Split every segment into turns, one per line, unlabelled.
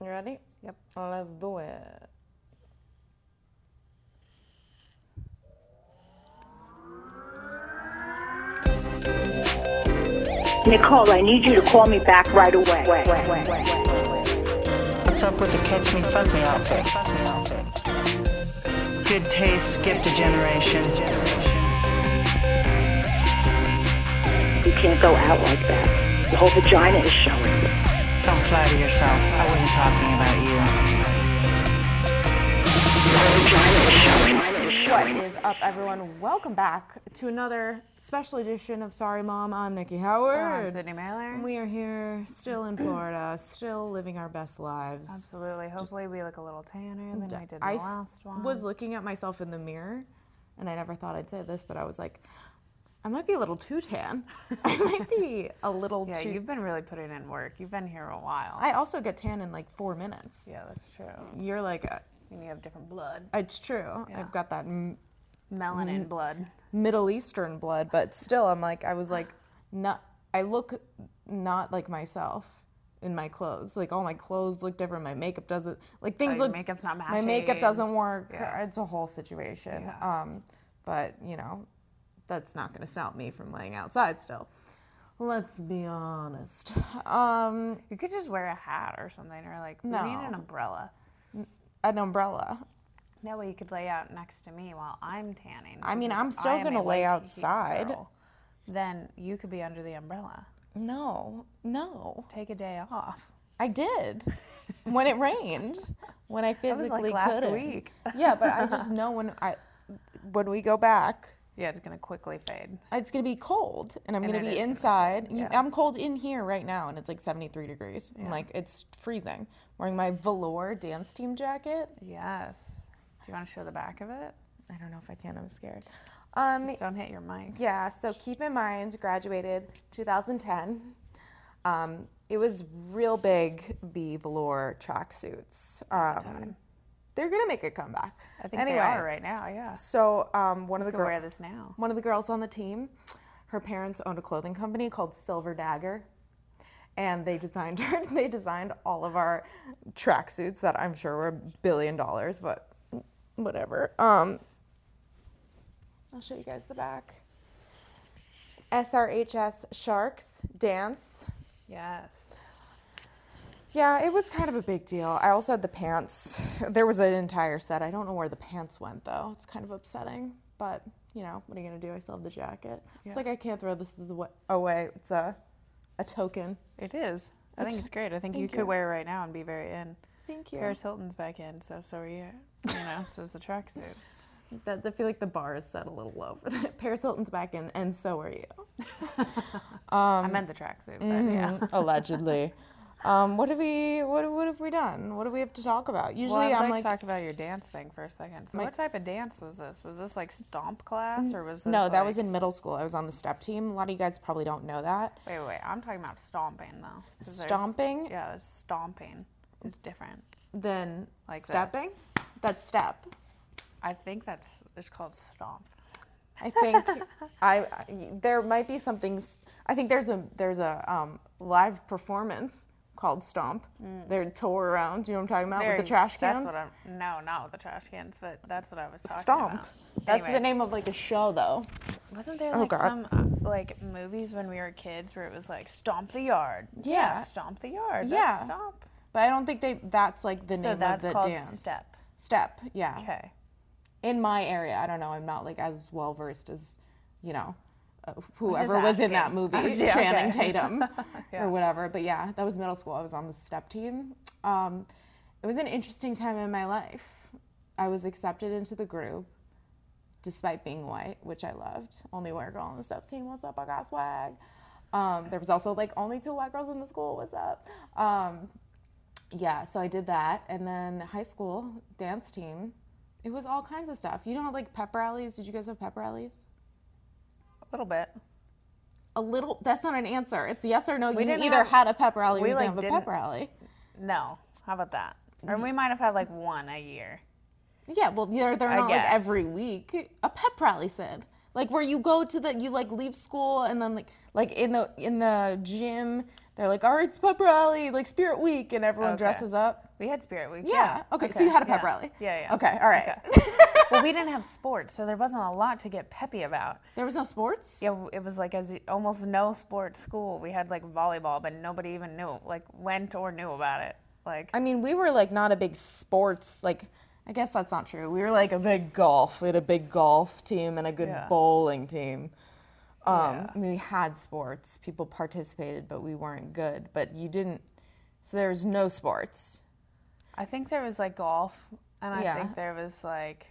You ready?
Yep.
Let's do it.
Nicole, I need you to call me back right away.
What's up with the catch me, fuck me outfit? Good taste skipped a generation.
You can't go out like that. The whole vagina is showing.
Don't flatter yourself. I wasn't talking about you.
What is up, everyone? Welcome back to another special edition of Sorry Mom. I'm Nikki
I'm
Howard.
Sydney Mailer.
And we are here, still in Florida, still living our best lives.
Absolutely. Hopefully, we look a little tanner than we did the
I f-
last one.
was looking at myself in the mirror, and I never thought I'd say this, but I was like, I might be a little too tan. I might be a little
yeah,
too.
you've been really putting in work. You've been here a while.
I also get tan in like four minutes.
yeah, that's true.
You're like, uh,
And you have different blood,
it's true. I've got that m-
melanin
Mm.
blood.
Middle Eastern blood, but still, I'm like, I was like, not, I look not like myself in my clothes. Like all my clothes look different. My makeup doesn't like things
your
look.
makeup's not
My makeup
matching.
doesn't work.
Yeah.
It's a whole situation.
Yeah.
Um, but you know, that's not going to stop me from laying outside still. Let's be honest. Um,
You could just wear a hat or something, or like we need an
No.
umbrella.
an umbrella.
That way, you could lay out next to me while I'm tanning.
I mean,
because
I'm still
I am
gonna
a
lay
white heat
outside.
girl. Then you could be under the umbrella.
No, no.
Take a day off.
I did when it rained. When I
was, like,
physically
last
couldn't.
week.
yeah, but I just know when I when we go back,
Yeah, it's gonna quickly fade.
it's gonna be cold, and I'm
And
gonna
it
be
is gonna be
inside.
cold, yeah.
I'm cold in here right now, and it's like 73 degrees. I'm like it's freezing. wearing my velour dance team jacket.
Yes. Do you want to show the back of it?
I don't know if I can. I'm scared. Um,
Just don't hit your mic.
Yeah, so keep in mind, graduated 2010. Um, it was real big, the velour tracksuits. Um, they're gonna make a comeback.
I think they are right now. Yeah.
So um, one of the
You can wear
girls,
this now.
one of the girls on the team, her parents owned a clothing company called Silver Dagger, and they designed her. They designed all of our tracksuits that I'm sure were billion dollars, but whatever. Um, I'll show you guys the back. SRHS Sharks Dance.
Yes.
Yeah, it was kind of a big deal. I also had the pants. There was an entire set. I don't know where the pants went though. It's kind of upsetting, but you know what are you gonna do? I still have the jacket. It's like I can't throw this awa- away. It's a, a token.
It is. I think it's great. I think you,
Thank you.
could wear it right now and be very in.
Thank you.
Paris Hilton's back in, so so are you. You know, so is the tracksuit.
That, I feel like the bar is set a little low for that. Paris Hilton's back in, and so are you. Um,
I meant the tracksuit, but
mm-hmm.
yeah.
Allegedly. Um, what have we? What, what have we done? What do we have to talk about? Usually,
Well, I'd
I'm like,
like to talk about your dance thing for a second. So,
My- Mm,
what type of dance was this? Was this like stomp class, or was this
no, that
like-
was in middle school. I was on the step team. A lot of you guys probably don't know that.
Wait, wait, wait. I'm talking about stomping though. 'cause there's-
Stomping?
Yeah, there's stomping is different.
Then
Like the-
stepping. That's step.
I think that's it's called stomp.
I think I, I- there might be something. s- I think there's a there's a um, live performance called Stomp. They're tour around. You know what I'm talking about with the
There's-
trash cans.
Mm. That's what I'm. No, not with the trash cans, but that's what I was talking
Stomp.
about.
That's the
Anyways,
name of like a show though.
Wasn't there like
Oh, God.
some uh, like movies when we were kids where it was like stomp the yard?
Yeah.
stomp the yard.
Yeah.
That's stomp.
But I don't think they. That's like the
So
name
that's
of the
called
dance.
step.
Step. Yeah.
Okay.
In my area, I don't know. I'm not like as well versed as, you know, uh, whoever
just
was, in that
asking.
movie,
I was- yeah,
Channing
okay.
Tatum
Yeah.
or whatever. But yeah, that was middle school. I was on the step team. Um, it was an interesting time in my life. I was accepted into the group despite being white, which I loved. Only white girl on the step team. What's up? I got swag. Um, there was also like only two white girls in the school. What's up? Um, yeah, so I did that, and then high school dance team. It was all kinds of stuff. You know, how, like pep rallies. Did you guys have pep rallies?
A little bit.
A little. That's not an answer. It's yes or no. you
didn't
either
have-
had a pep rally or
we,
you
like,
didn't have a
didn't-
pep rally.
No. How about that? Or we might have had like one a year.
Yeah, well, they're, they're
I
not like
guess.
every week. A pep rally said. Like where you go to the you like leave school and then like like in the in the gym they're like all right it's pep rally like Spirit Week and everyone
Okay.
dresses up.
We had Spirit Week.
Yeah. Okay, so you had a pep
yeah.
rally.
Yeah, yeah.
Okay, all right.
Okay. well, we didn't have sports, so there wasn't a lot to get peppy about.
There was no sports.
Yeah, w- it was like as almost no sports school. We had like volleyball, but nobody even knew, like went or knew about it. Like
I mean, we were like not a big sports like. I guess that's not true. We were like a big golf. We had a big golf team and a good
Yeah.
bowling team. Um,
Yeah.
I mean, we had sports. People participated, but we weren't good. But you didn't. So there was no sports.
I think there was like golf, and I
Yeah.
think there was like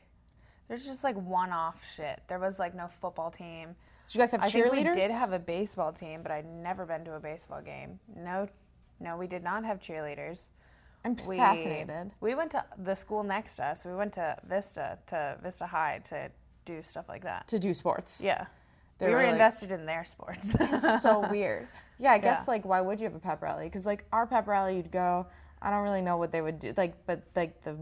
there's just like one-off shit. There was like no football team.
Did you guys have
I think we
cheerleaders?
did have a baseball team, but I'd never been to a baseball game. No, no, we did not have cheerleaders.
I'm fascinated.
We went to the school next to us. We went to Vista to Vista High to do stuff like that.
to do sports.
Yeah,
They
we
were,
were
like-
invested in their sports.
It's so weird. Yeah, I guess
Yeah.
like why would you have a pep rally? Because like our pep rally, you'd go. I don't really know what they would do. Like, but like the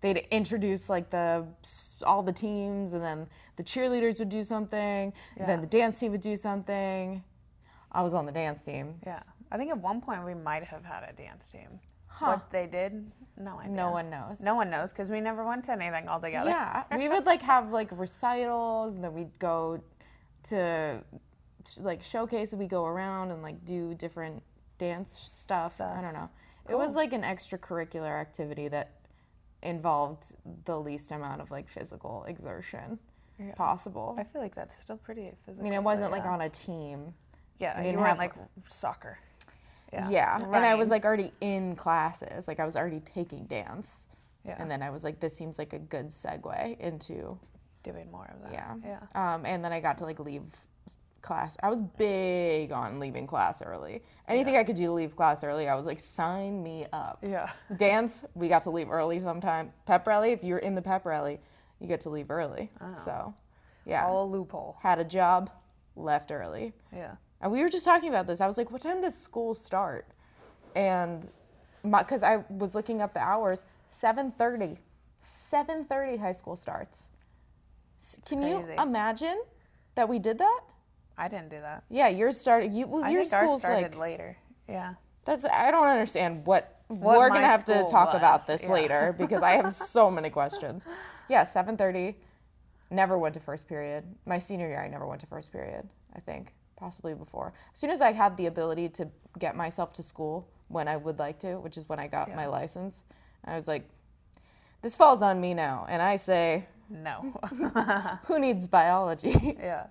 they'd introduce like the s- all the teams, and then the cheerleaders would do something. and Then
Yeah.
the dance team would do something. I was on the dance team.
yeah, I think at one point we might have had a dance team. What they did, no idea.
No one knows.
No one knows because we never went to anything altogether.
Yeah, we would like have like recitals, and then we'd go to sh- like showcase. and We go around and like do different dance stuff. I don't know. It was like an extracurricular activity that involved the least amount of like physical exertion possible.
I feel like that's still pretty
I
physical.
mean, it wasn't like on a team.
yeah,
we
you
didn't
weren't
have-
like soccer.
Yeah, and I was
running.
like already in classes. Like I was already taking dance.
Yeah.
And then I was like, this seems like a good segue into
doing more of that.
Yeah.
yeah.
Um, and then I got to like leave s- class. I was big on leaving class early. Anything I could do to leave class early, I was like, sign me up.
Yeah.
Dance, we got to leave early sometime. Pep rally, if you're in the pep rally, you get to leave early. So, yeah.
Oh. All a loophole.
Had a job, left early.
Yeah.
And we were just talking about this. I was like, what time does school start? And because I was looking up the hours, 7.30. 7.30 high school starts. S- Can you
crazy.
imagine that we did that?
I didn't do that.
Yeah, yours started. You, well,
I
your
think ours
school's
started
like
later. Yeah.
that's. I don't understand what,
What
we're
my
gonna have to
school
talk about
was,
this
yeah.
later because I have so many questions. Yeah, seven thirty. Never went to first period. My senior year, I never went to first period. I think possibly before. As soon as I had the ability to get myself to school when I would like to, which is when I got my license, I was like, "This falls on me now," and I say,
No.
"Who needs biology?"
yeah.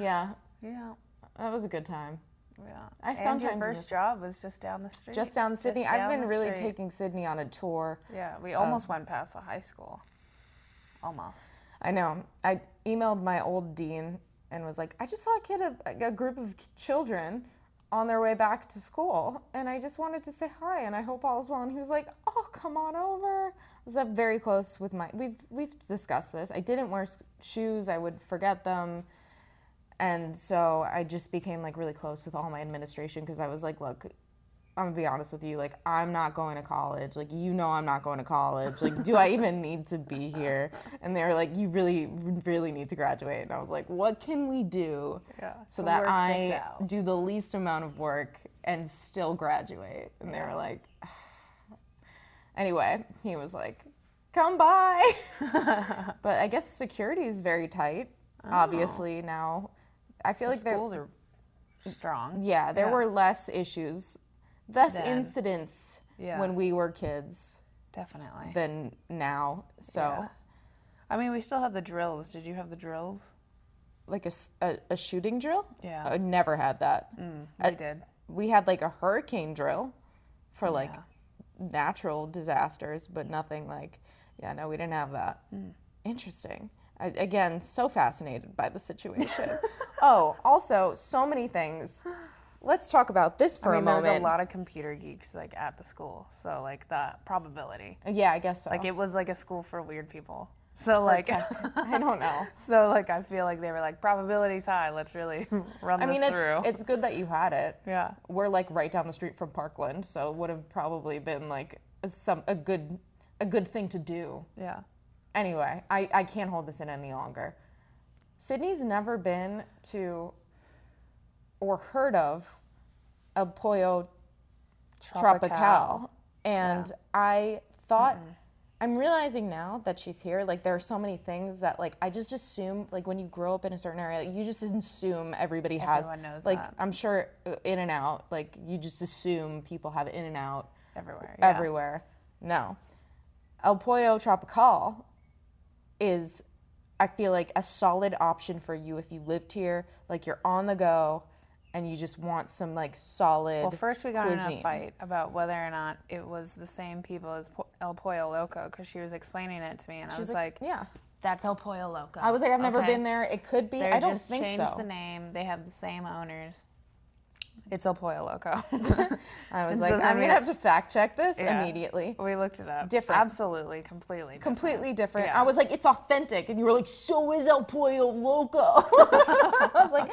yeah,
Yeah.
that was a good time.
Yeah.
I
and
sometimes
your
miss-
first job was just down the street.
Just down Sydney.
Just
I've
down
been
the
really
street.
taking Sydney on a tour.
Yeah, we almost went past the high school. Almost.
I know. I emailed my old dean and was like, I just saw a kid, a, a group of k- children on their way back to school, and I just wanted to say hi and I hope all is well. And he was like, Oh, come on over. I was up very close with my. We've we've discussed this. I didn't wear s- shoes. I would forget them. And so I just became like really close with all my administration because I was like, look, I'm gonna be honest with you. Like, I'm not going to college. Like, you know, I'm not going to college. Like, do I even need to be here? And they were like, you really, really need to graduate. And I was like, what can we do
Yeah,
so
to
that
work this
I
out.
do the least amount of work and still graduate? And they were like, anyway, he was like, come by. but I guess security is very tight, obviously, now. I feel like there,
Oh. Schools are strong.
yeah, there were less issues, less
Then.
incidents
Yeah.
when we were kids
Definitely.
than now. So,
Yeah. I mean, we still have the drills. Did you have the drills?
like a, s- a- a shooting drill?
Yeah. Mm,
I never had that.
We did.
We had like a hurricane drill for like natural disasters, but nothing like, yeah, no, we didn't have that.
Mm.
Interesting. I, again, so fascinated by the situation. oh, also, so many things. Let's talk about this for
I mean,
a
there was
moment.
a lot of computer geeks like at the school, so like the probability,
yeah, I guess so.
like it was like a school for weird people. So like,
I don't know.
so like I feel like they were like probability's high. Let's really run
I
this
mean, it's
through.
it's good that you had it.
Yeah.
we're like right down the street from Parkland, so it would have probably been like a- some a good a good thing to do.
yeah.
Anyway, I I can't hold this in any longer. Sydney's never been to or heard of El Pollo Tropical. And I thought, I'm realizing now that she's here, like, there are so many things that, like, I just assume, like, when you grow up in a certain area, you just assume everybody has.
Everyone knows
like,
that.
I'm sure In and Out, like, you just assume people have In and Out
Everywhere. yeah.
everywhere. No. El Pollo Tropical is, I feel like, a solid option for you if you lived here, like you're on the go and you just want some like solid.
Well, first we got in
cuisine.
a fight about whether or not it was the same people as Po- El Pollo Loco because she was explaining it to me, and I was like,
yeah.
that's El Pollo Loco."
I was like, I've never been there. It could be.
They
I don't
just
think
changed
so.
the name. They have the same owners. It's El Pollo Loco.
I was
So
like,
then
I'm
we-
gonna have to fact check this
Yeah.
immediately.
we looked it up.
Different.
Absolutely, completely. Different.
Completely different.
Yeah.
I was like, it's authentic, and you were like, so is El Pollo Loco. I was like,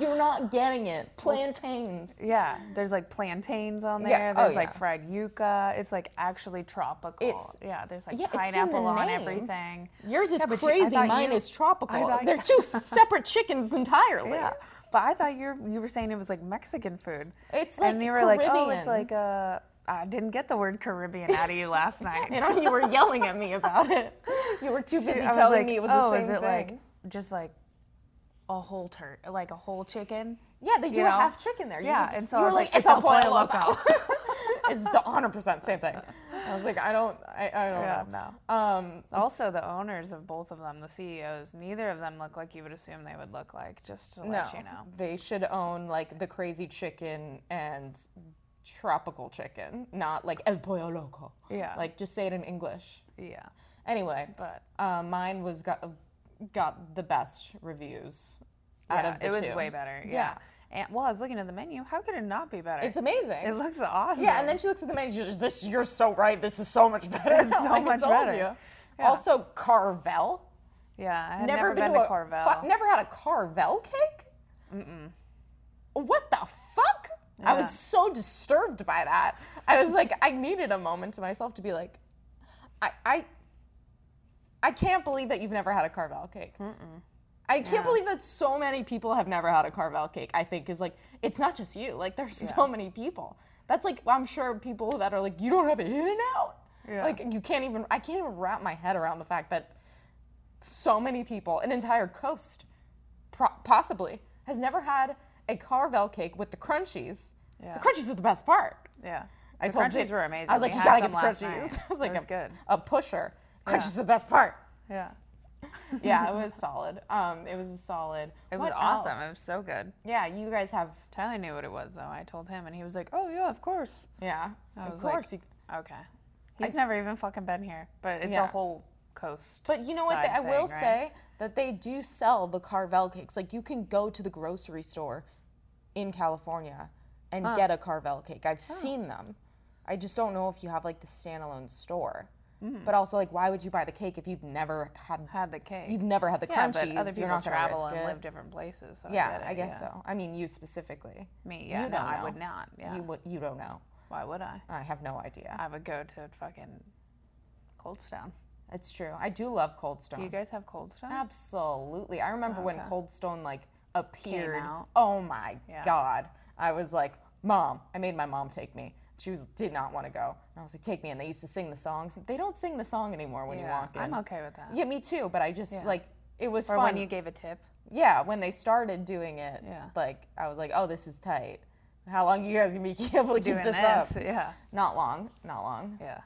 you're not getting it. Plantains.
Yeah, there's like plantains on there.
Yeah, oh,
There's like
yeah.
fried yuca. It's like actually tropical.
It's-
yeah, there's like
yeah, it's in the
pineapple on
name.
everything.
Yours is
Yeah, but you- I
crazy.
thought
Mine
you-
is tropical.
I thought-
They're two separate chickens entirely.
Yeah. But I thought you were, you were saying it was like Mexican food.
It's
and
like
you were like, oh, it's
Caribbean."
like a. I didn't get the word Caribbean out of you last night.
You know, you were yelling at me about it. You were too busy
I was
telling
like,
me it was
oh,
the same
is
thing.
it like just like a whole turd, like a whole chicken?
yeah, they do
you
a
know?
half chicken there. You-
Yeah, and so
you
I
were
was
like,
like,
it's
"It's
a
a
pollo
pollo
loco. it's 100 percent same thing. I was like, I don't, I, I don't
Yeah,
know.
no.
Um,
Also, the owners of both of them, the CEOs, neither of them look like you would assume they would look like. Just to
no,
let you know.
they should own like the crazy chicken and tropical chicken, not like el pollo loco.
Yeah.
like just say it in English.
Yeah.
Anyway,
But-
uh, mine was got got the best reviews out
Yeah,
of the
it was
two.
way better. Yeah.
Yeah.
And well, I was looking at the menu. How could it not be better?
It's amazing.
It looks awesome.
yeah, and then she looks at the manager. She's This you're so right. This is so much better.
It's so
I
much
told
better.
you.
Yeah.
Also, Carvel.
yeah, I had never, been, to, Carvel.
fu- never had a Carvel cake. Mm-mm. What the fuck? I was so disturbed by that. I was like, I needed a moment to myself to be like, I, I, I can't believe that you've never had a Carvel cake. I can't believe that so many people have never had a Carvel cake. I think is like, it's not just you. Like, there's so many people. That's like, I'm sure people that are like, you don't have it in and out.
Yeah.
Like, you can't even. I can't even wrap my head around the fact that so many people, an entire coast, pro- possibly, has never had a Carvel cake with the crunchies.
Yeah.
The crunchies are the best part.
yeah.
I
the
told
crunchies
Jake-
were amazing.
I was
We
like, you
had
gotta get
some
the
last
crunchies.
night.
I was like,
it was
a,
good.
a pusher. Crunchies is the best part.
Yeah.
Yeah, it was solid. Um, it was a solid.
It
What
was awesome.
else?
It was so good.
Yeah, you guys have.
Tyler knew what it was though. I told him, and he was like, "Oh yeah, of course."
Yeah,
I
of
was like,
course. you,
Okay. He's never even fucking been here, but it's
Yeah.
a whole coast.
But you know what? They,
side
I will
thing, right?
say that they do sell the Carvel cakes. Like you can go to the grocery store in California and get a Carvel cake. I've seen them. I just don't know if you have like the standalone store. But also, like, why would you buy the cake if you've never had
Mm-hmm. had the cake.
You've never had the
yeah,
crunchies.
but other
You're
people
not gonna
travel
risk
and
it.
live different places. So
Yeah,
I, get it,
I guess
yeah.
so. I mean, you specifically.
Me, yeah,
You
no,
don't
I
know.
would not. Yeah,
You would. You don't know.
why would I?
I have no idea.
I would go to fucking Coldstone.
it's true. I do love Cold Stone.
Do you guys have Coldstone?
Absolutely. I remember when Cold Stone like appeared.
out.
Oh my
Yeah.
god. I was like, "Mom, I made my mom take me." She was did not want to go. And I was like, "Take me." And they used to sing the songs. They don't sing the song anymore when you
Yeah,
walk in.
I'm okay with that.
Yeah, me too, but I just like it was
or
fun.
when you gave a tip.
yeah, when they started doing it,
Yeah.
like I was like, "Oh, this is tight." How long you guys gonna be able to keep
Doing
this, up?
this, yeah.
Not long. Not long.
Yeah.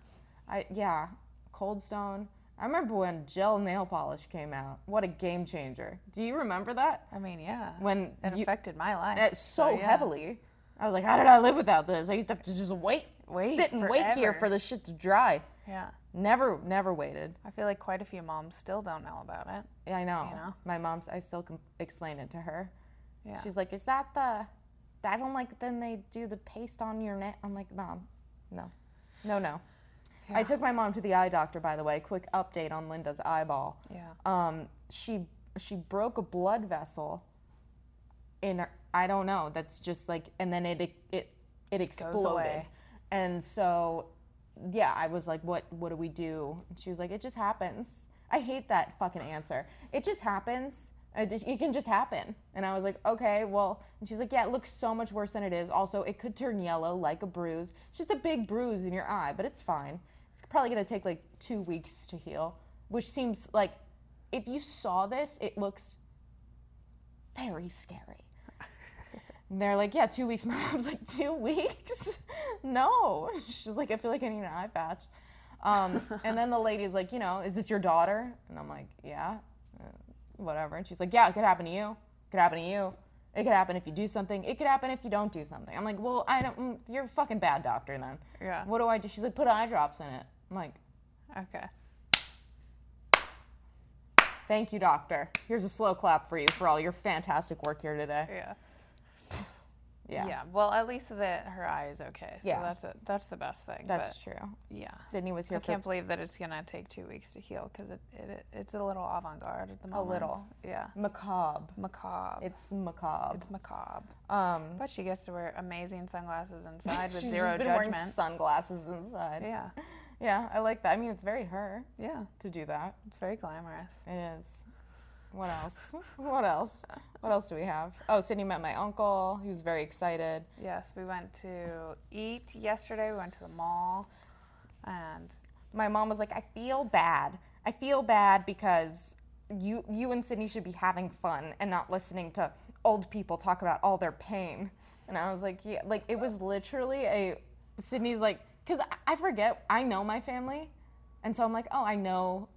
I yeah, Cold Stone. I remember when gel nail polish came out. What a game changer! Do you remember that?
I mean, yeah.
When
it
you-
affected my life.
It's so,
Oh, yeah.
heavily. I was like, how did I live without this? I used to have to just wait,
Wait
sit and wait here
forever.
for the shit to dry.
Yeah.
Never, never waited.
I feel like quite a few moms still don't know about it.
I know.
know?
My mom's. I still com- explain it to her.
Yeah.
She's like, is that the? I don't like. Then they do the paste on your neck. I'm like, mom, no, no, no. I took my mom to the eye doctor, by the way. Quick update on Linda's eyeball.
Yeah.
um, she she broke a blood vessel in her, I don't know. That's just like and then it it it exploded.
away.
And so yeah, I was like what what do we do? And she was like it just happens. I hate that fucking answer. It just happens. It, just- it can just happen. And I was like, okay, well. And she's like, yeah, it looks so much worse than it is. Also, it could turn yellow like a bruise. It's just a big bruise in your eye, but it's fine. It's probably gonna take like two weeks to heal, which seems like if you saw this, it looks very scary. And they're like, yeah, two weeks. My mom's like, two weeks? no. She's like, I feel like I need an eye patch. Um, and then the lady's like, you know, is this your daughter? And I'm like, yeah, uh, whatever. And she's like, yeah, it could happen to you. It could happen to you. It could happen if you do something. It could happen if you don't do something. I'm like, well, I don't. mm, You're a fucking bad doctor then.
Yeah.
What do I do? She's like, put eye drops in it. I'm like,
Okay.
thank you, doctor. Here's a slow clap for you for all your fantastic work here today.
Yeah.
Yeah.
Yeah. Well, at least that her eye is okay. So
Yeah.
that's a, that's the best thing.
That's
but,
true.
Yeah.
Sydney was here
I
for
can't believe that it's gonna take two weeks to heal because it, it, it it's a little avant garde at the moment.
little.
Yeah.
macabre.
Macabre.
It's macabre.
It's macabre.
Um,
But she gets to wear amazing sunglasses inside with
she's
zero
just been
judgment.
wearing sunglasses inside.
yeah.
Yeah, I like that. I mean, it's very her
Yeah.
to do that.
It's very glamorous.
It is. What else? what else? What else do we have? Oh, Sydney met my uncle. He was very excited.
Yes, we went to eat yesterday. We went to the mall, and
My mom was like, "I feel bad. I feel bad because you you and Sydney should be having fun and not listening to old people talk about all their pain." And I was like, "Yeah, like it was literally a Sydney's like cuz I forget I know my family. And so I'm like, "Oh, I know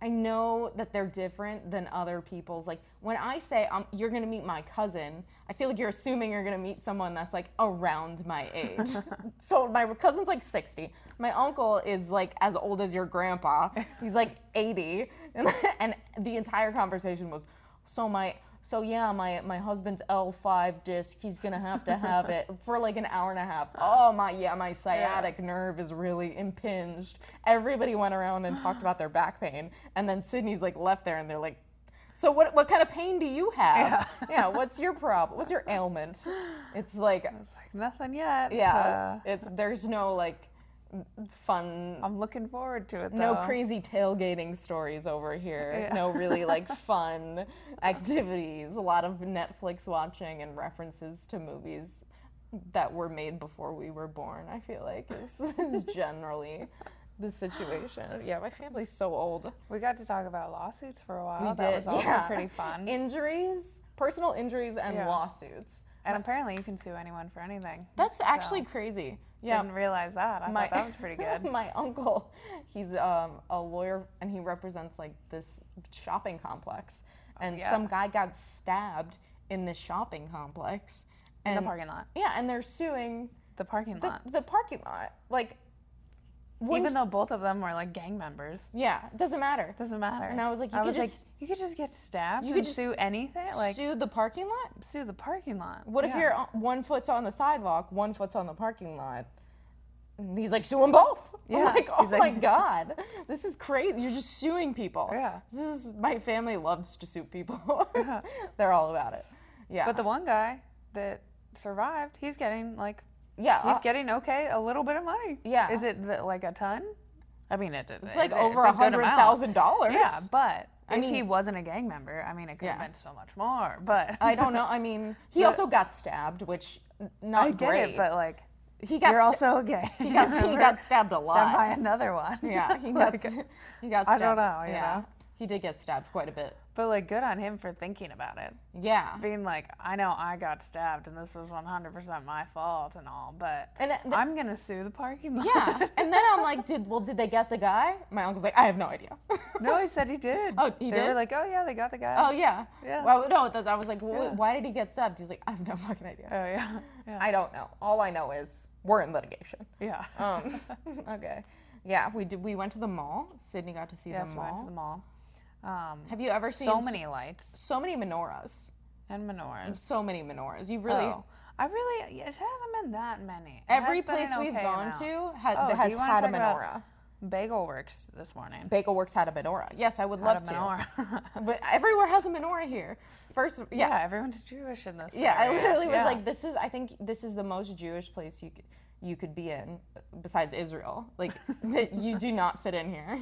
I know that they're different than other people's. Like when I say um, you're gonna meet my cousin, I feel like you're assuming you're gonna meet someone that's like around my age. so my cousin's like 60. My uncle is like as old as your grandpa. He's like 80, and, and the entire conversation was so my. So yeah, my, my husband's L5 disc, he's gonna have to have it for like an hour and a half. Oh my yeah, my sciatic nerve is really impinged. Everybody went around and talked about their back pain, and then Sydney's like left there, and they're like, "So what? What kind of pain do you have? Yeah, what's your problem? What's your ailment?" It's like,
like nothing yet.
yeah,
uh,
it's there's no like fun
I'm looking forward to it.
no
Though.
crazy tailgating stories over here. No really like fun activities. A lot of Netflix watching and references to movies that were made before we were born. I feel like is, is generally the situation. Yeah, my family's so old.
We got to talk about lawsuits for a while.
We
that was also
yeah.
pretty fun.
Injuries, personal injuries, and
Yeah.
lawsuits.
and apparently, you can sue anyone for anything.
That's actually crazy. Yeah,
Didn't realize that. I
my
thought that was pretty good.
my uncle, he's um, a lawyer and he represents like this shopping complex, and
Oh, yeah.
some guy got stabbed in this shopping complex. And,
the parking lot.
Yeah, and they're suing
The parking
the,
lot.
the parking lot. Like,
Even though both of them were like gang members,
yeah, it doesn't matter.
doesn't matter.
And I was like, you could
was
just-
you could just get stabbed.
you
You
could
could
just
sue anything. Like sue,
Sue the parking lot.
the parking lot.
What if
Yeah.
you're on- one foot's on the sidewalk, one foot's on the parking lot? And he's like, sue them both. I'm
Yeah.
like, oh
He's like-
my God, this is crazy. You're just suing people.
Yeah.
This is, my family loves to sue people. They're all about it. Yeah.
But the one guy that survived, he's getting like
yeah.
he's
uh,
getting okay a little bit of money.
Yeah.
Is it the, like a ton? I mean, it,
it's like over a hundred thousand dollars.
Yeah, but if
mean-
he wasn't a gang member, I mean, it could
Yeah.
have been so much more. But
I don't know. I mean, he
But-
also got stabbed, which n- not
I get
great.
it, but like
he got
you're
sta-
also a gang.
he got he got stabbed a lot.
Stabbed by another one.
yeah, he got
Like,
he got stabbed.
I don't know, you know?
he did get stabbed quite a bit.
but like, good on him for thinking about it.
Yeah.
Being like, I know I got stabbed, and this was 100% my fault and all, but
And, uh, the-
I'm gonna sue the parking lot.
Yeah. And then I'm like, did well, did they get the guy? My uncle's like, I have no idea.
no, he said he did.
Oh, he
They
did?
were like, oh yeah, they got the guy.
oh yeah.
Yeah.
Well, no, that's, I was like, well, wait,
Yeah.
why did he get stabbed? He's like, I have no fucking idea.
Oh yeah, yeah,
I don't know. All I know is we're in litigation.
yeah.
Um, okay. Yeah, we did. We went to the mall. Sydney got to see
yes,
the
we went to
mall.
the mall. Um,
Have you ever seen
so
s-
many lights
So many menorahs.
and menorahs?
So many menorahs. You really.
Oh, I really. It hasn't been that many. It
Every
has been an
place we've
okay
gone
amount.
to has,
Oh, do
has
you wanna
had a
talk about
menorah.
Bagel Works this morning.
Bagel Works had a menorah. Yes, I would
Had
love
a menorah.
to. But everywhere has a menorah here. First, yeah,
yeah, everyone's Jewish in this.
Yeah, I
area.
literally was
Yeah.
like, this is. I think this is the most Jewish place you c- you could be in besides Israel. Like that you do not fit in here.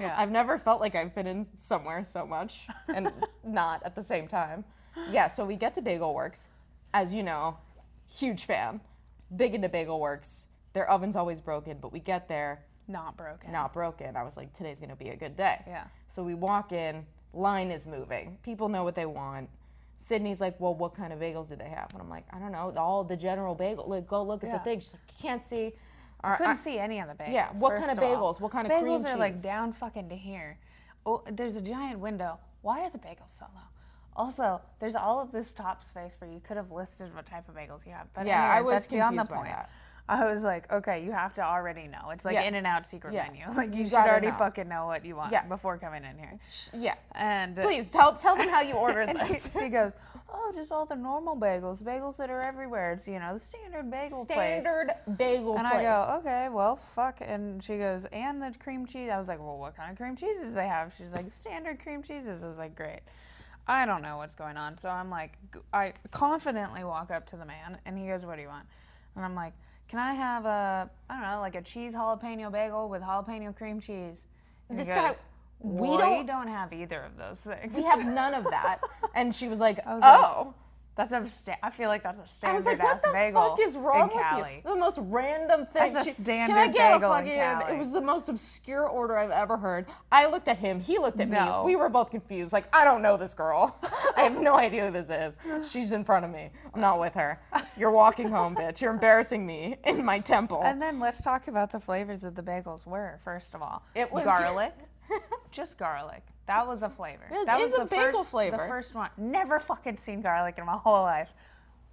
Yeah.
I've never felt like I fit in somewhere so much and not at the same time. Yeah, so we get to Bagel Works. As you know, huge fan. Big into Bagel Works. Their oven's always broken, but we get there
Not broken.
not broken. I was like, today's gonna be a good day.
Yeah.
So we walk in, line is moving. People know what they want. Sydney's like, well, what kind of bagels do they have? And I'm like, I don't know, all the general bagel. Like, go look at
Yeah.
the thing. She's like, you can't see. All right,
Couldn't
I-
see any of the bagels.
Yeah, what kind
first
of
all.
bagels? What kind of
bagels
cream
are like
cheese?
down fucking to here. Oh, there's a giant window. Why are the bagels so low? Also, there's all of this top space where you could have listed what type of bagels you have. But
Yeah, I
anyways,
was
that's beyond the
confused by
point.
that.
I was like, okay, you have to already know. It's like
Yeah.
in and out secret
Yeah.
menu. Like you,
You
should
gotta
already
know.
fucking know what you want
Yeah.
before coming in here.
yeah.
And
Please tell tell them how you ordered
and
this.
she, she goes, oh, just all the normal bagels, bagels that are everywhere. It's you know the standard bagel place.
Standard bagel
And
place.
I go, okay, well, fuck. And she goes, and the cream cheese. I was like, well, what kind of cream cheeses they have? She's like, standard cream cheeses. I was like, great. I don't know what's going on. So I'm like, g- I confidently walk up to the man, and he goes, what do you want? And I'm like, can I have a, I don't know, like a cheese jalapeno bagel with jalapeno cream cheese? And he
This guy-
goes,
we
we don't,
don't-
have either of those things.
We have none of that. And she was like,
like,
oh.
That's a sta- I feel like that's a standard
I was like, what
ass
the
bagel
fuck is
in
wrong with
Cali.
you? The most random thing.
That's a
She- Can I
standard
get
bagel in
a fucking?
Cali.
It was the most obscure order I've ever heard. I looked at him. He looked at
No.
me. We were both confused. Like, I don't know this girl. I have no idea who this is. She's in front of me. I'm not with her. You're walking home, bitch. You're embarrassing me in my temple.
And then let's talk about the flavors that the bagels were. First of all,
It was-
garlic, just garlic. That was a flavor.
It
that
is
was
a bagel
first, The
flavor.
first one. Never fucking seen garlic in my whole life.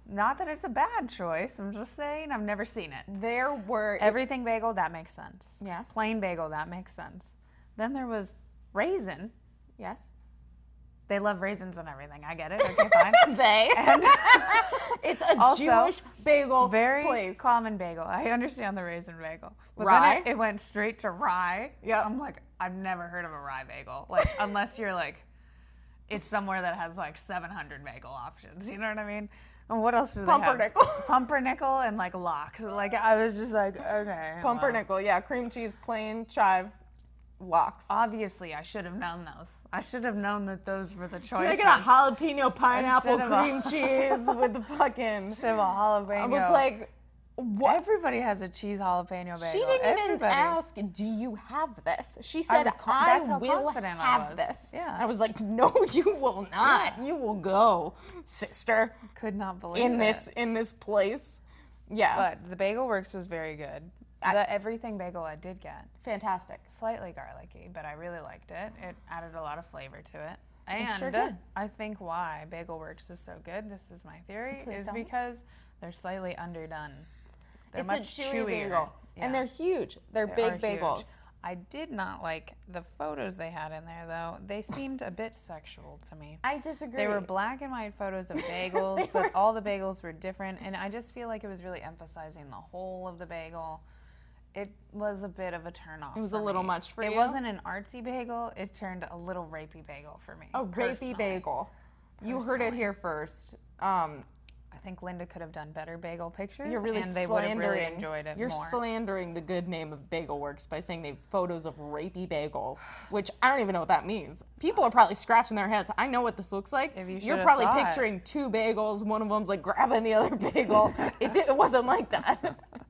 Not that it's a bad choice. I'm just saying I've never seen it.
there were
Everything bagel that makes sense.
Yes.
Plain bagel that makes sense. Then there was raisin.
yes.
They love raisins and everything. I get it. Okay, fine.
They. it's a
Also,
Jewish bagel
Very
place.
common bagel. I understand the raisin bagel. But
Rye?
then it, it went straight to rye.
Yep.
I'm like, I've never heard of a rye bagel. Like, unless you're like, it's somewhere that has like 700 bagel options. You know what I mean? And what else do they have?
Pumpernickel.
Pumpernickel and like lox. Like, I was just like, okay. well.
Pumpernickel, yeah, cream cheese, plain chive, locks.
Obviously, I should have known those. I should have known that those were the choices.
Can I get a jalapeno pineapple
Instead of a-
cream cheese with the fucking?
Should have a jalapeno.
I was like, what?
everybody has a cheese jalapeno bagel.
She didn't even
Everybody.
ask, "Do you have this?" She said, "I,
was con- that's how
will
confident I
have
was.
this."
Yeah.
I was like, "No, you will not. You will go, sister,
Could not believe
in
it.
this in this place." Yeah,
But the Bagel Works was very good. the everything bagel I did get,
fantastic.
slightly garlicky, but I really liked it. It added a lot of flavor to it. And
sure did.
I think why Bagel Works is so good, this is my theory,
Please
is
tell me.
because they're slightly underdone. They're
it's
much
a chewy
chewier.
bagel,
Yeah,
and they're huge. They're
they are
big
huge.
bagels.
I did not like the photos they had in there though. They seemed a bit sexual to me.
I disagree.
They were black and white photos of bagels, but all the bagels were different. And I just feel like it was really emphasizing the whole of the bagel. It was a bit of a turn off. It
was a little much for
it
you?
wasn't an artsy bagel. It turned a little rapey bagel for me.
a rapey
personally.
bagel. You heard it here first. Um,
I think Linda could have done better bagel pictures.
You're really
and they would have
slandering.
really enjoyed it
You're
more.
slandering the good name of Bagel Works by saying they have photos of rapey bagels, which I don't even know what that means. People are probably scratching their heads. I know what this looks like.
If you
You're
shoulda
probably
saw it.
picturing two bagels. One of them's like grabbing the other bagel. it, did, it wasn't like that.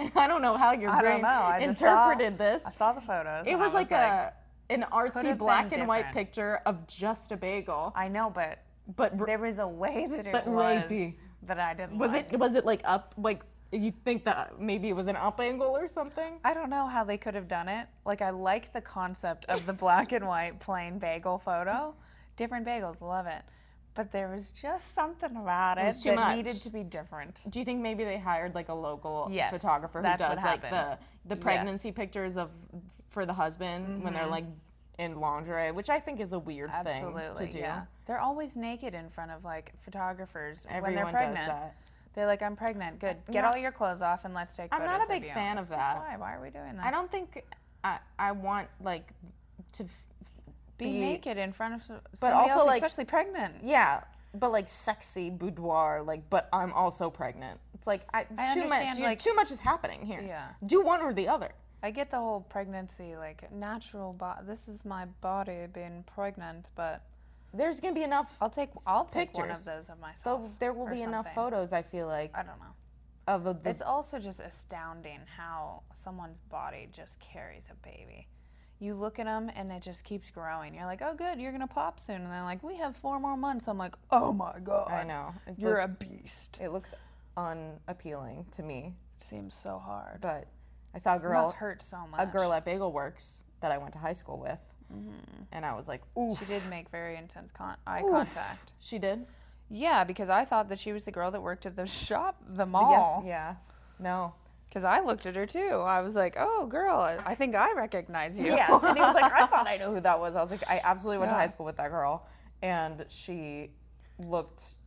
And I don't know how your
I
brain
don't know. I just saw-
interpreted this.
I saw the photos.
It
and I
was like, a an
been
artsy black and white
different.
picture of just a bagel,
I know, but
but r-
there was a way that it
But
was
rapey.
that I didn't.
was
like.
it was it like up like you think that maybe it was an up angle or something?
I don't know how they could have done it. Like, I like the concept of the black and white plain bagel photo. Different bagels, love it. But there was just something about it,
was too
that
much.
needed to be different.
Do you think maybe they hired like a local
Yes,
photographer who
that's what
does like the
happened.
the
Yes. Mm-hmm.
pregnancy pictures of for the husband when they're like in lingerie, which I think is a weird
Absolutely,
thing to do.
yeah. They're always naked in front of like photographers when they're
Everyone does
pregnant.
that.
They're like, "I'm pregnant. Good. Get all your clothes off and let's take."
I'm not
photos
a big
of you."
fan of
This is
that.
Why? Why are we doing that?
I don't think I I want like to f-
be, naked in front of s- somebody
also,
else,
like-
especially pregnant.
Yeah, but like sexy boudoir like but I'm also pregnant It's like I,
I
too much.
understand,
you-
like-
too much is happening here.
Yeah.
Do one or the other.
I get the whole pregnancy, like natural body. This is my body being pregnant, but
There's gonna be enough.
I'll take I'll take one of
Pictures.
those of myself.
So there will
or
be enough
something.
photos. I feel like
I don't know.
of a, the
It's also just astounding how someone's body just carries a baby. You look at them and it just keeps growing. You're like, oh, good, you're going to pop soon. And they're like, we have four more months. I'm like, oh my God.
I know. It
You're
looks-
a beast.
It looks unappealing to me,
It seems so hard.
but I saw a
It
girl,
must hurt so much.
a girl at Bagel Works that I went to high school with, and I was like, "Oof."
She did make very intense con- eye contact.
She did.
Yeah, because I thought that she was the girl that worked at the shop, the
Yes.
mall.
Yeah. No.
Because I looked at her too. I was like, oh, girl, I I think I recognize you.
Yes. And he was like, I thought I knew who that was. I was like, I absolutely went to high school with that girl. And she looked,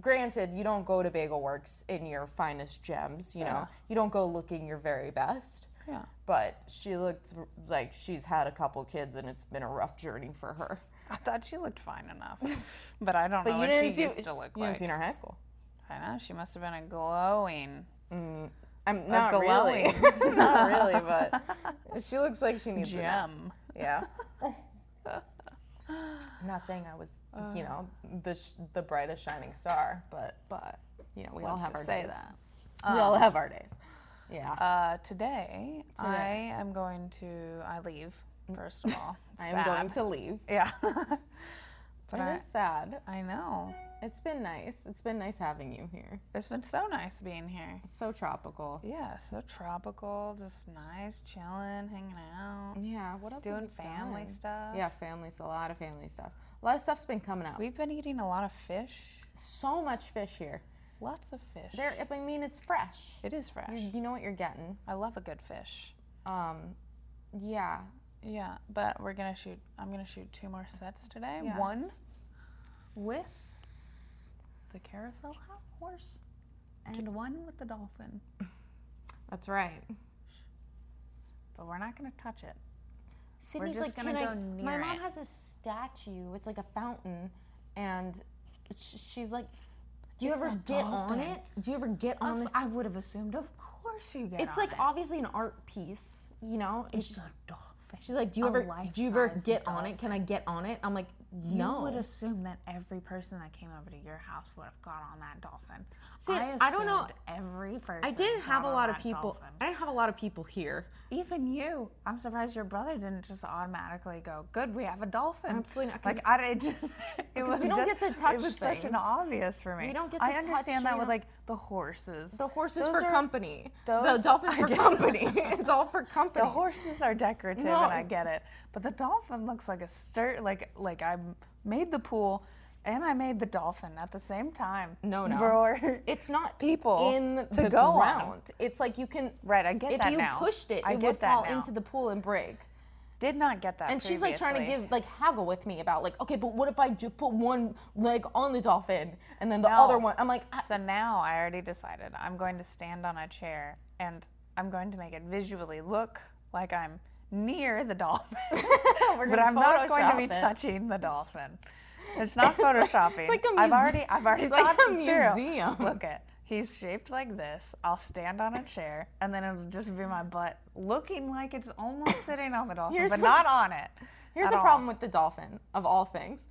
granted, you don't go to Bagel Works in your finest gems, you know, you don't go looking your very best.
Yeah.
But she looked r- like she's had a couple kids and it's been a rough journey for her.
I thought she looked fine enough, but I don't
But
know
you
what
didn't
she
see
used to look
you
like.
didn't see her in high school.
I know she must have been a glowing.
I'm not really, not really, but she looks like she needs a nap.
Gem.
Yeah. I'm not saying I was,
Uh.
you know, the sh- the brightest shining star, but
But
you know, we all have our
say
days.
that. Um,
we all have our days. Yeah.
Uh, today, I am going to. I leave first of all.
I am going
Sad.
to leave.
Yeah. but
It
I,
is sad.
I know
It's been nice. It's been nice having you here.
it's been so nice being here.
So tropical.
Yeah, so tropical, just nice, chilling, hanging out,
Yeah. What else? have
doing
we
family
done?
stuff.
Yeah, families. A lot of family stuff. A lot of stuff's been coming up.
We've been eating a lot of fish.
so much fish here.
Lots of fish.
There. I mean, it's fresh.
It is fresh.
You know what you're getting.
I love a good fish.
Um, yeah.
Yeah, but we're gonna shoot. I'm gonna shoot two more sets today. One with the carousel ho- horse, and one with the dolphin.
That's right.
But we're not gonna touch it.
Sydney's
just
like,
gonna
can I?
go near
my mom
it."
has a statue. It's like a fountain, and sh- she's like, "Do you
It's
ever
a
get on
dolphin.
it? Do you ever get on this?"
I would have assumed, of course you get.
It's like obviously an art piece, you know. And she-
dolphin.
she's like, "Do you ever? Do you ever get on it? Can I get on it?" I'm like, "No."
would assume that every person that came over to your house would have got on that dolphin.
See, I don't know-
assumed Every person.
I didn't have a
got on
lot of
that
people.
dolphin.
I didn't have a lot of people here.
Even you, I'm surprised your brother didn't just automatically go. Good, we have a dolphin.
Absolutely not, 'cause-
Like I it just, it was
we don't
just-
get to touch
It was such
things.
an obvious for me.
We don't get
I
to touch,
understand that
we
with
don't-
like the horses.
The horses
Those
for
are-
company. the
those-
dolphins
I
for
get-
company. it's all for company.
The horses are decorative,
No.
and I get it. But the dolphin looks like a stir. Like like I made the pool, and I made the dolphin at the same time.
No, no.
For
It's not
people
in
to
the
go on.
ground. It's like you can.
Right, I get
if
that
you
now.
pushed it,
I
it
get
would
that
fall
now.
into the pool and break.
Did not get that.
And she's like trying to
previously.
give like haggle with me about like, okay, but what if I do put one leg on the dolphin and then the
No.
other one? I'm like, I,
So now I already decided I'm going to stand on a chair and I'm going to make it visually look like I'm near the dolphin. but
gonna
I'm not going to be
Photoshop it.
touching the dolphin. It's not photoshopping.
like a
I've
muse-
already I've already
it's like
thought
a
it through.
museum.
Look at he's shaped like this. I'll stand on a chair and then it'll just be my butt looking like it's almost sitting on the dolphin,
Here's
but
what-
not on it.
here's
at
the
all.
problem with the dolphin of all things.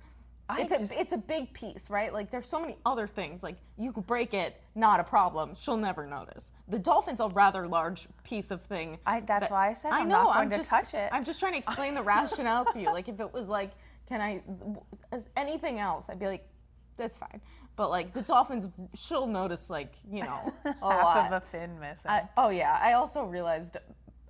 I
It's a,
just-
it's a big piece, right? Like there's so many other things. Like you could break it, not a problem. She'll never notice. The dolphin's a rather large piece of thing.
I- that's
that-
why I said I'm not going to
just,
touch it.
I'm just trying to explain the rationale to you. Like if it was like, can I, as anything else, I'd be like, that's fine. But like the dolphins, she'll notice like you know a
Half
lot.
of a fin missing.
I- oh yeah, I also realized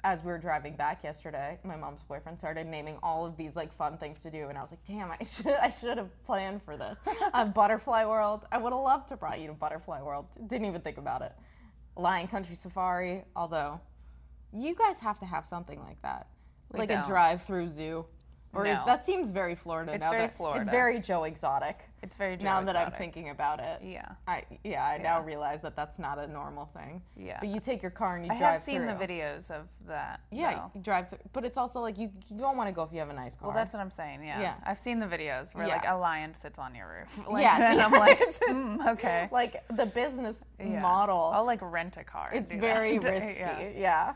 as we were driving back yesterday, my mom's boyfriend started naming all of these like fun things to do, and I was like, damn, I should I should have planned for this. uh, Butterfly World, I would have loved to brought you to Butterfly World. Didn't even think about it. Lion Country Safari, although you guys have to have something like that, like a
don't.
drive-through zoo. Or is,
No.
that seems very Florida
It's
now.
very
that-
Florida.
It's very Joe Exotic.
It's very Joe
now that I'm
Exotic.
thinking about it.
Yeah.
I yeah, I now realize that that's not a normal thing.
Yeah.
But you take your car and you
I
drive
have seen the
through.
videos of that.
Yeah,
though.
you drive through. But it's also like you, you don't want to go if you have a nice car.
Well, that's what I'm saying. Yeah.
Yeah.
I've seen the videos where like
Yeah.
a lion sits on your roof. Like,
Yes,
And I'm
yeah,
like,
it's- it's-
"Mm, okay.
like the business
Yeah.
model.
I'll like rent a car. and
it's
do
very
that.
risky.
Yeah.
Yeah.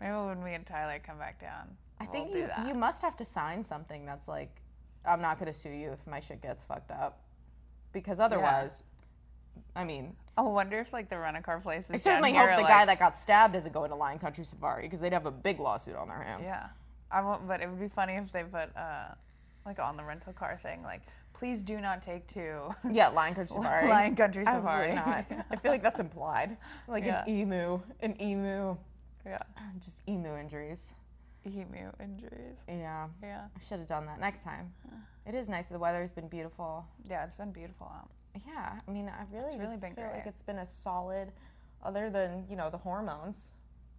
Maybe when we and Tyler come back down,
I think
we'll
you,
do that.
you must have to sign something that's like, I'm not going to sue you if my shit gets fucked up. Because otherwise, I mean,
I wonder if like the rent a car places.
I certainly hope the guy that got stabbed isn't going to Lion Country Safari because they'd have a big lawsuit on their hands.
Yeah. I won't. But it would be funny if they put uh, like on the rental car thing, like please do not take two.
Yeah, Lion Country Safari.
Lion Country Safari.
Absolutely not. I feel like that's implied. Like
Yeah.
an emu, an emu,
yeah.
just emu injuries.
Emu injuries.
Yeah,
Yeah.
I should have done that next time. It is nice. The weather's been beautiful.
Yeah. It's been beautiful out.
Yeah, I mean, I really,
really
just
been
feel like
great.
it's been a solid, other than you know the hormones.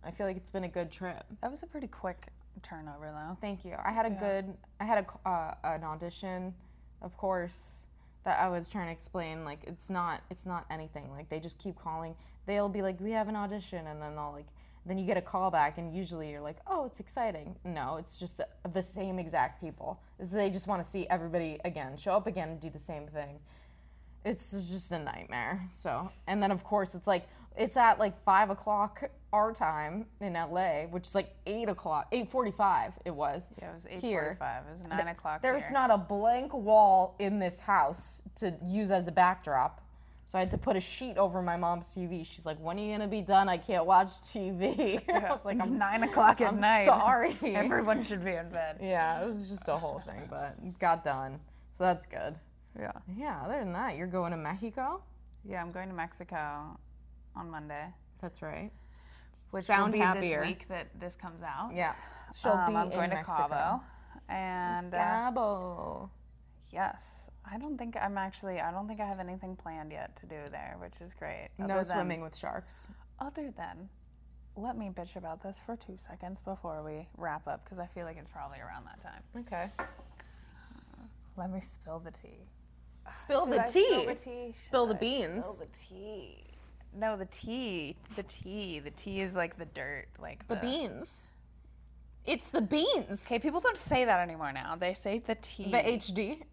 I feel like it's been a good trip.
That was a pretty quick turnover though.
Thank you. I had a good. I had a c- uh, an audition, of course, that I was trying to explain. Like it's not. It's not anything. Like they just keep calling. They'll be like, "We have an audition," and then they'll like. Then you get a call back, and usually you're like, "Oh, it's exciting." No, it's just the same exact people. It's- They just want to see everybody again, show up again, and do the same thing it's just a nightmare. So, and then of course it's like it's at like five o'clock our time in LA, which is like eight o'clock, eight forty-five. It was.
Yeah, it was eight
here.
forty-five. It was nine o'clock.
There's
here.
not a blank wall in this house to use as a backdrop. So I had to put a sheet over my mom's TV. She's like, "When are you gonna be done? I can't watch TV." I was like,
It's
"I'm
nine o'clock at
I'm
night.
sorry.
Everyone should be in bed.
Yeah, it was just a whole thing, but got done. So that's good.
Yeah.
Yeah. Other than that, you're going to Mexico.
Yeah, I'm going to Mexico on Monday.
That's right.
Which
Sound
will be
happier.
this week that this comes out.
Yeah. She'll
Um,
be
I'm going
in
to
Mexico.
Cabo. And uh,
Cabo.
yes, I don't think I'm actually. I don't think I have anything planned yet to do there, which is great.
No
Other than-
swimming with sharks.
Other than, let me bitch about this for two seconds before we wrap up, because I feel like it's probably around that time.
Okay.
Let me spill the tea.
Spill the
Should I
tea.
Spill the tea.
Spill the
Should I
beans.
Spill the tea. No, the tea. The tea. The tea is like the dirt. Like the,
The beans. It's the beans.
Okay, people don't say that anymore now. They say the tea.
The HD.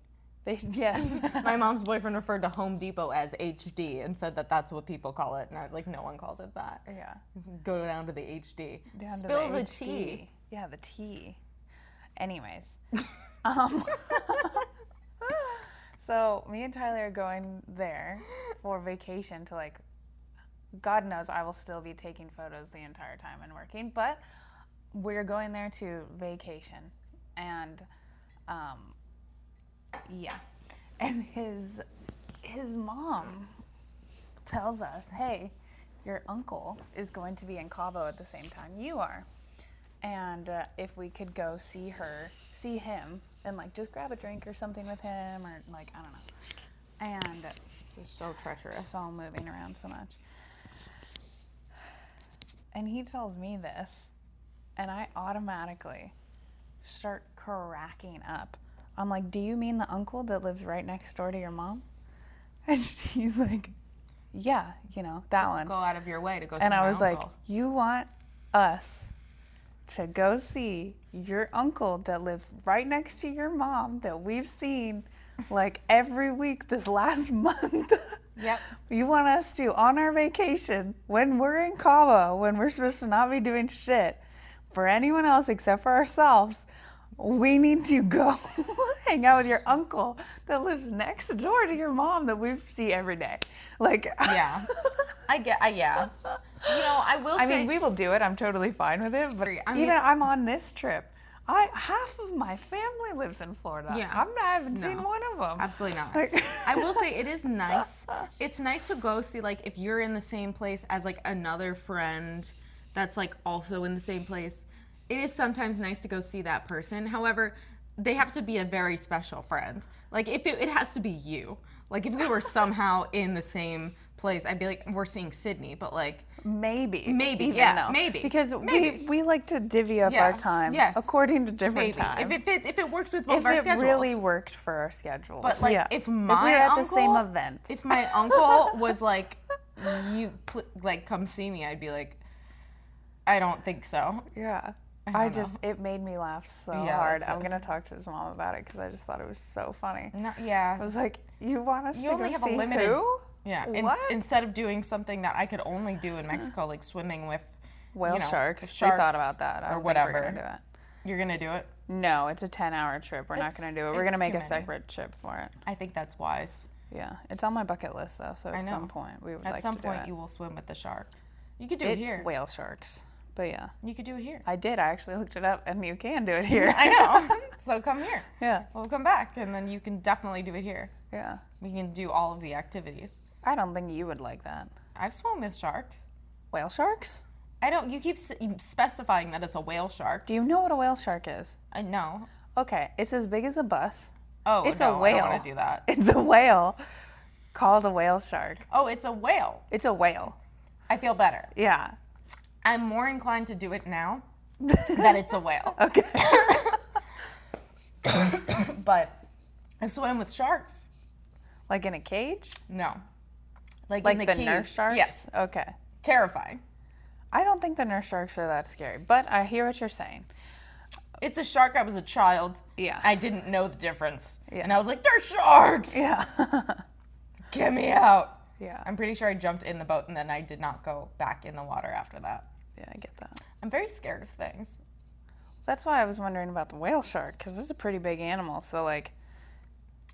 They, yes.
My mom's boyfriend referred to Home Depot as HD and said that that's what people call it. And I was like, no one calls it that.
yeah.
Go down to the HD.
Down to
Spill the,
HD.
tea.
Yeah, the tea. Anyways, um, so me and Tyler are going there for vacation to like. God knows I will still be taking photos the entire time and working, but we're going there to vacation, and um, yeah, and his his mom tells us, hey, your uncle is going to be in Cabo at the same time you are. And uh, if we could go see her, see him, and like just grab a drink or something with him, or like, I don't know. And
This is so treacherous.
it's all moving around so much. And he tells me this, and I automatically start cracking up. I'm like, Do you mean the uncle that lives right next door to your mom? And she's like, Yeah, you know, that one.
Go out of your way to go see
And I
my
was like,
uncle.
You want us to go see your uncle that lives right next to your mom that we've seen like every week this last month.
Yep.
You want us to, on our vacation, when we're in Cabo, when we're supposed to not be doing shit for anyone else except for ourselves, we need to go hang out with your uncle that lives next door to your mom that we see every day. Like,
yeah. I get, I, yeah. You know, I will
I
say.
mean, we will do it. I'm totally fine with it. But
I mean-
even I'm on this trip. I half of my family lives in Florida.
Yeah.
I'm not, I haven't seen
No.
one of them.
Absolutely not.
Like-
I will say it is nice. It's nice to go see like if you're in the same place as like another friend that's like also in the same place. It is sometimes nice to go see that person. However, they have to be a very special friend. Like if it, it has to be you. Like if we were somehow in the same place, I'd be like, we're seeing Sydney, but like,
Maybe.
Maybe,
even
yeah,
though.
maybe,
Because
maybe.
we we like to divvy up
Yeah,
our time
yes.
according to different
maybe
times.
if it fits, if it works with both
If
our
it
schedules.
really worked for our schedules.
But like,
yeah.
if my
we were at
uncle,
the same event.
if my uncle was like, you pl- like come see me, I'd be like, I don't think so.
yeah.
don't
I, just it made me laugh so
Yeah,
hard.
that's
I'm
so-
gonna talk to his mom about it because I just thought it was so funny.
No, yeah,
I was like, "You want us
You
to
only
go
have a
see
limited-
who?
yeah. In-
What?
instead of doing something that I could only do in Mexico, like swimming with
Whale
you know,
sharks. We
sharks
thought about that.
or
I don't think we're
whatever.
gonna do it.
You're gonna do it.
No, it's a 10 hour trip. We're
It's-
not going to do it. We're
it's
going to make
too
a
many.
separate trip for it.
I think that's wise.
Yeah. It's on my bucket list, though. So at
I know.
some point, we would
At
like
some
to
point,
do
you will swim with the shark. You could do
it.
it
it's
here.
whale sharks. But yeah,
You could do it here.
I did. I actually looked it up and you can do it here.
I know. so come here.
Yeah.
We'll come back, and then you can definitely do it here.
yeah.
We can do all of the activities.
I don't think you would like that.
I've swum with sharks.
Whale sharks?
I don't. You keep s- specifying that it's a whale shark.
Do you know what a whale shark is?
I know.
Okay. It's as big as a bus.
Oh,
It's a
no, I
whale.
don't want to do that.
It's a whale called a whale shark.
Oh, it's a whale.
It's a whale.
I feel better.
Yeah.
I'm more inclined to do it now that it's a whale.
Okay.
But I've swam with sharks.
like in a cage?
No. Like,
Like
in
the,
the, Keys.
nurse sharks?
Yes.
Okay.
Terrifying.
I don't think the nurse sharks are that scary, but I hear what you're saying.
It's a shark. I was a child.
Yeah.
I didn't know the difference. And I was like, they're sharks.
Yeah.
Get me out.
yeah.
I'm pretty sure I jumped in the boat and then I did not go back in the water after that.
yeah, I get that.
I'm very scared of things.
That's why I was wondering about the whale shark because it's a pretty big animal. So, like,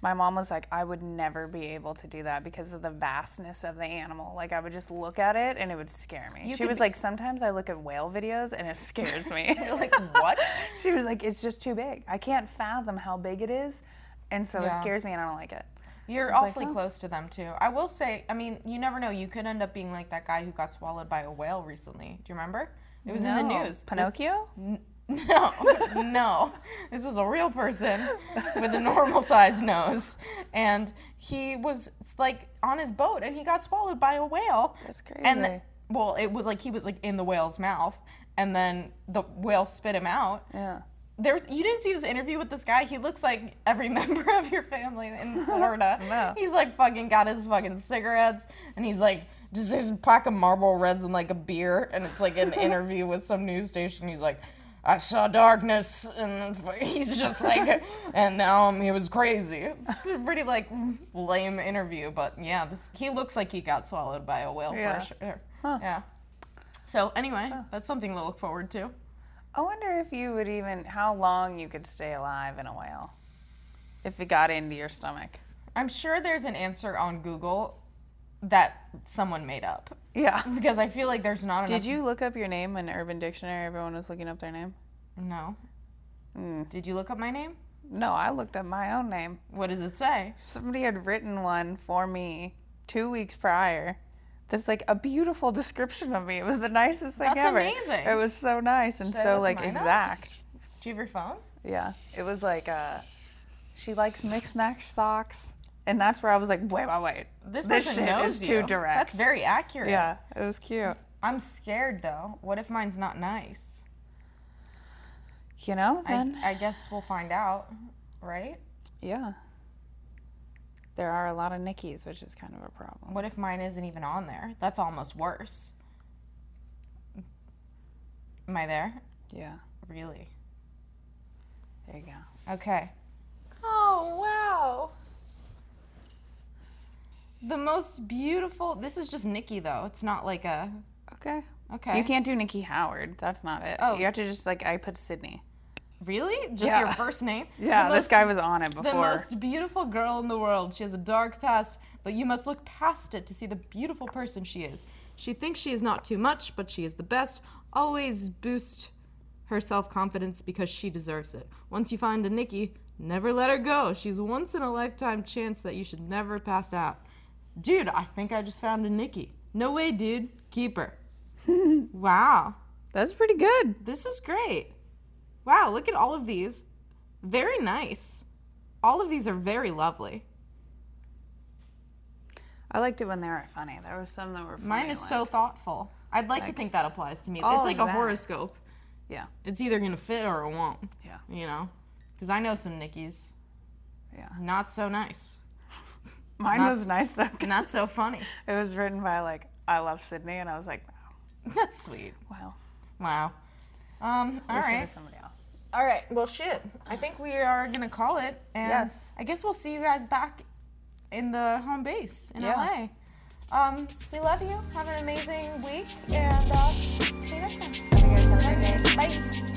my mom was like, I would never be able to do that because of the vastness of the animal. Like, I would just look at it and it would scare me. she
could
was
be-
like, sometimes I look at whale videos and it scares me.
You're like, what?
she was like, it's just too big. I can't fathom how big it is. And so
Yeah.
it scares me and I don't like it.
You're awfully close to them too. I will say, I mean, you never know. You could end up being like that guy who got swallowed by a whale recently. Do you remember? It was in the
No.
news.
Pinocchio?
This- no, no. This was a real person with a normal sized nose. And he was like on his boat and he got swallowed by a whale.
That's
And
crazy.
well, it was like he was like in the whale's mouth and then the whale spit him out.
yeah.
There's you didn't see this interview with this guy. He looks like every member of your family in Florida.
No.
He's like fucking got his fucking cigarettes and he's like just his pack of Marlboro Reds and like a beer and it's like an interview with some news station. He's like, I saw darkness and he's just like, and now um, he was crazy. It's a pretty like lame interview, but yeah, this he looks like he got swallowed by a whale
Yeah.
for sure. Yeah. So anyway, that's something to look forward to.
I wonder if you would even how long you could stay alive in a whale if it got into your stomach.
I'm sure there's an answer on Google that someone made up
Yeah.
because I feel like there's not enough.
Did you look up your name in Urban Dictionary? Everyone was looking up their name.
No.
Hmm.
Did you look up my name?
No, I looked up my own name.
What does it say?
Somebody had written one for me two weeks prior. That's like a beautiful description of me. It was the nicest thing
That's
ever.
amazing.
It was so nice and
I
so
look
like
mine up?
exact.
Do you have your phone?
Yeah. It was like uh she likes mixed match socks. And that's where I was like, wait, wait, wait.
This person
shit
knows
is
you.
too direct.
That's very accurate.
Yeah, it was cute.
I'm scared though. What if mine's not nice?
You know,
I,
then
I guess we'll find out, right?
yeah. There are a lot of Nickies, which is kind of a problem.
What if mine isn't even on there? That's almost worse. Am I there?
Yeah.
Really?
There you go.
Okay.
Oh wow.
The most beautiful. This is just Nikki though. It's not like a.
Okay.
Okay.
You can't do Nikki Howard. That's not it.
Oh.
You have to just like I put Sydney.
Really? Just
Yeah.
your first name?
Yeah,
The
this
most-
guy was on it
The
before.
most beautiful girl in the world. She has a dark past, but you must look past it to see the beautiful person she is. She thinks she is not too much, but she is the best. Always boost her self confidence because she deserves it. Once you find a Nikki, never let her go. She's once in a lifetime chance that you should never pass out. Dude, I think I just found a Nikki. No way, dude. Keep her. wow.
That's pretty good.
This is great. Wow, look at all of these. Very nice. All of these are very lovely.
I I liked it when they were funny. There were some that were funny.
Mine is so
like-
thoughtful. I'd like, to think that applies to me. It's
all
like a
of that.
horoscope.
Yeah.
It's either gonna fit or it won't.
Yeah.
You know, because I know some Nickies.
Yeah.
Not so nice.
Mine
Not-
was nice though.
Not so funny.
It was written by like I love Sydney, and I was like,
That's sweet.
wow.
Wow. Um. All
All right.
right.
somebody else.
All right. Well, shit. I think we are gonna call it, and
Yes.
I guess we'll see you guys back in the home base in
Yeah.
LA. Um, we love you. Have an amazing week, and uh, see you next time.
Hope you guys have a great day.
Bye.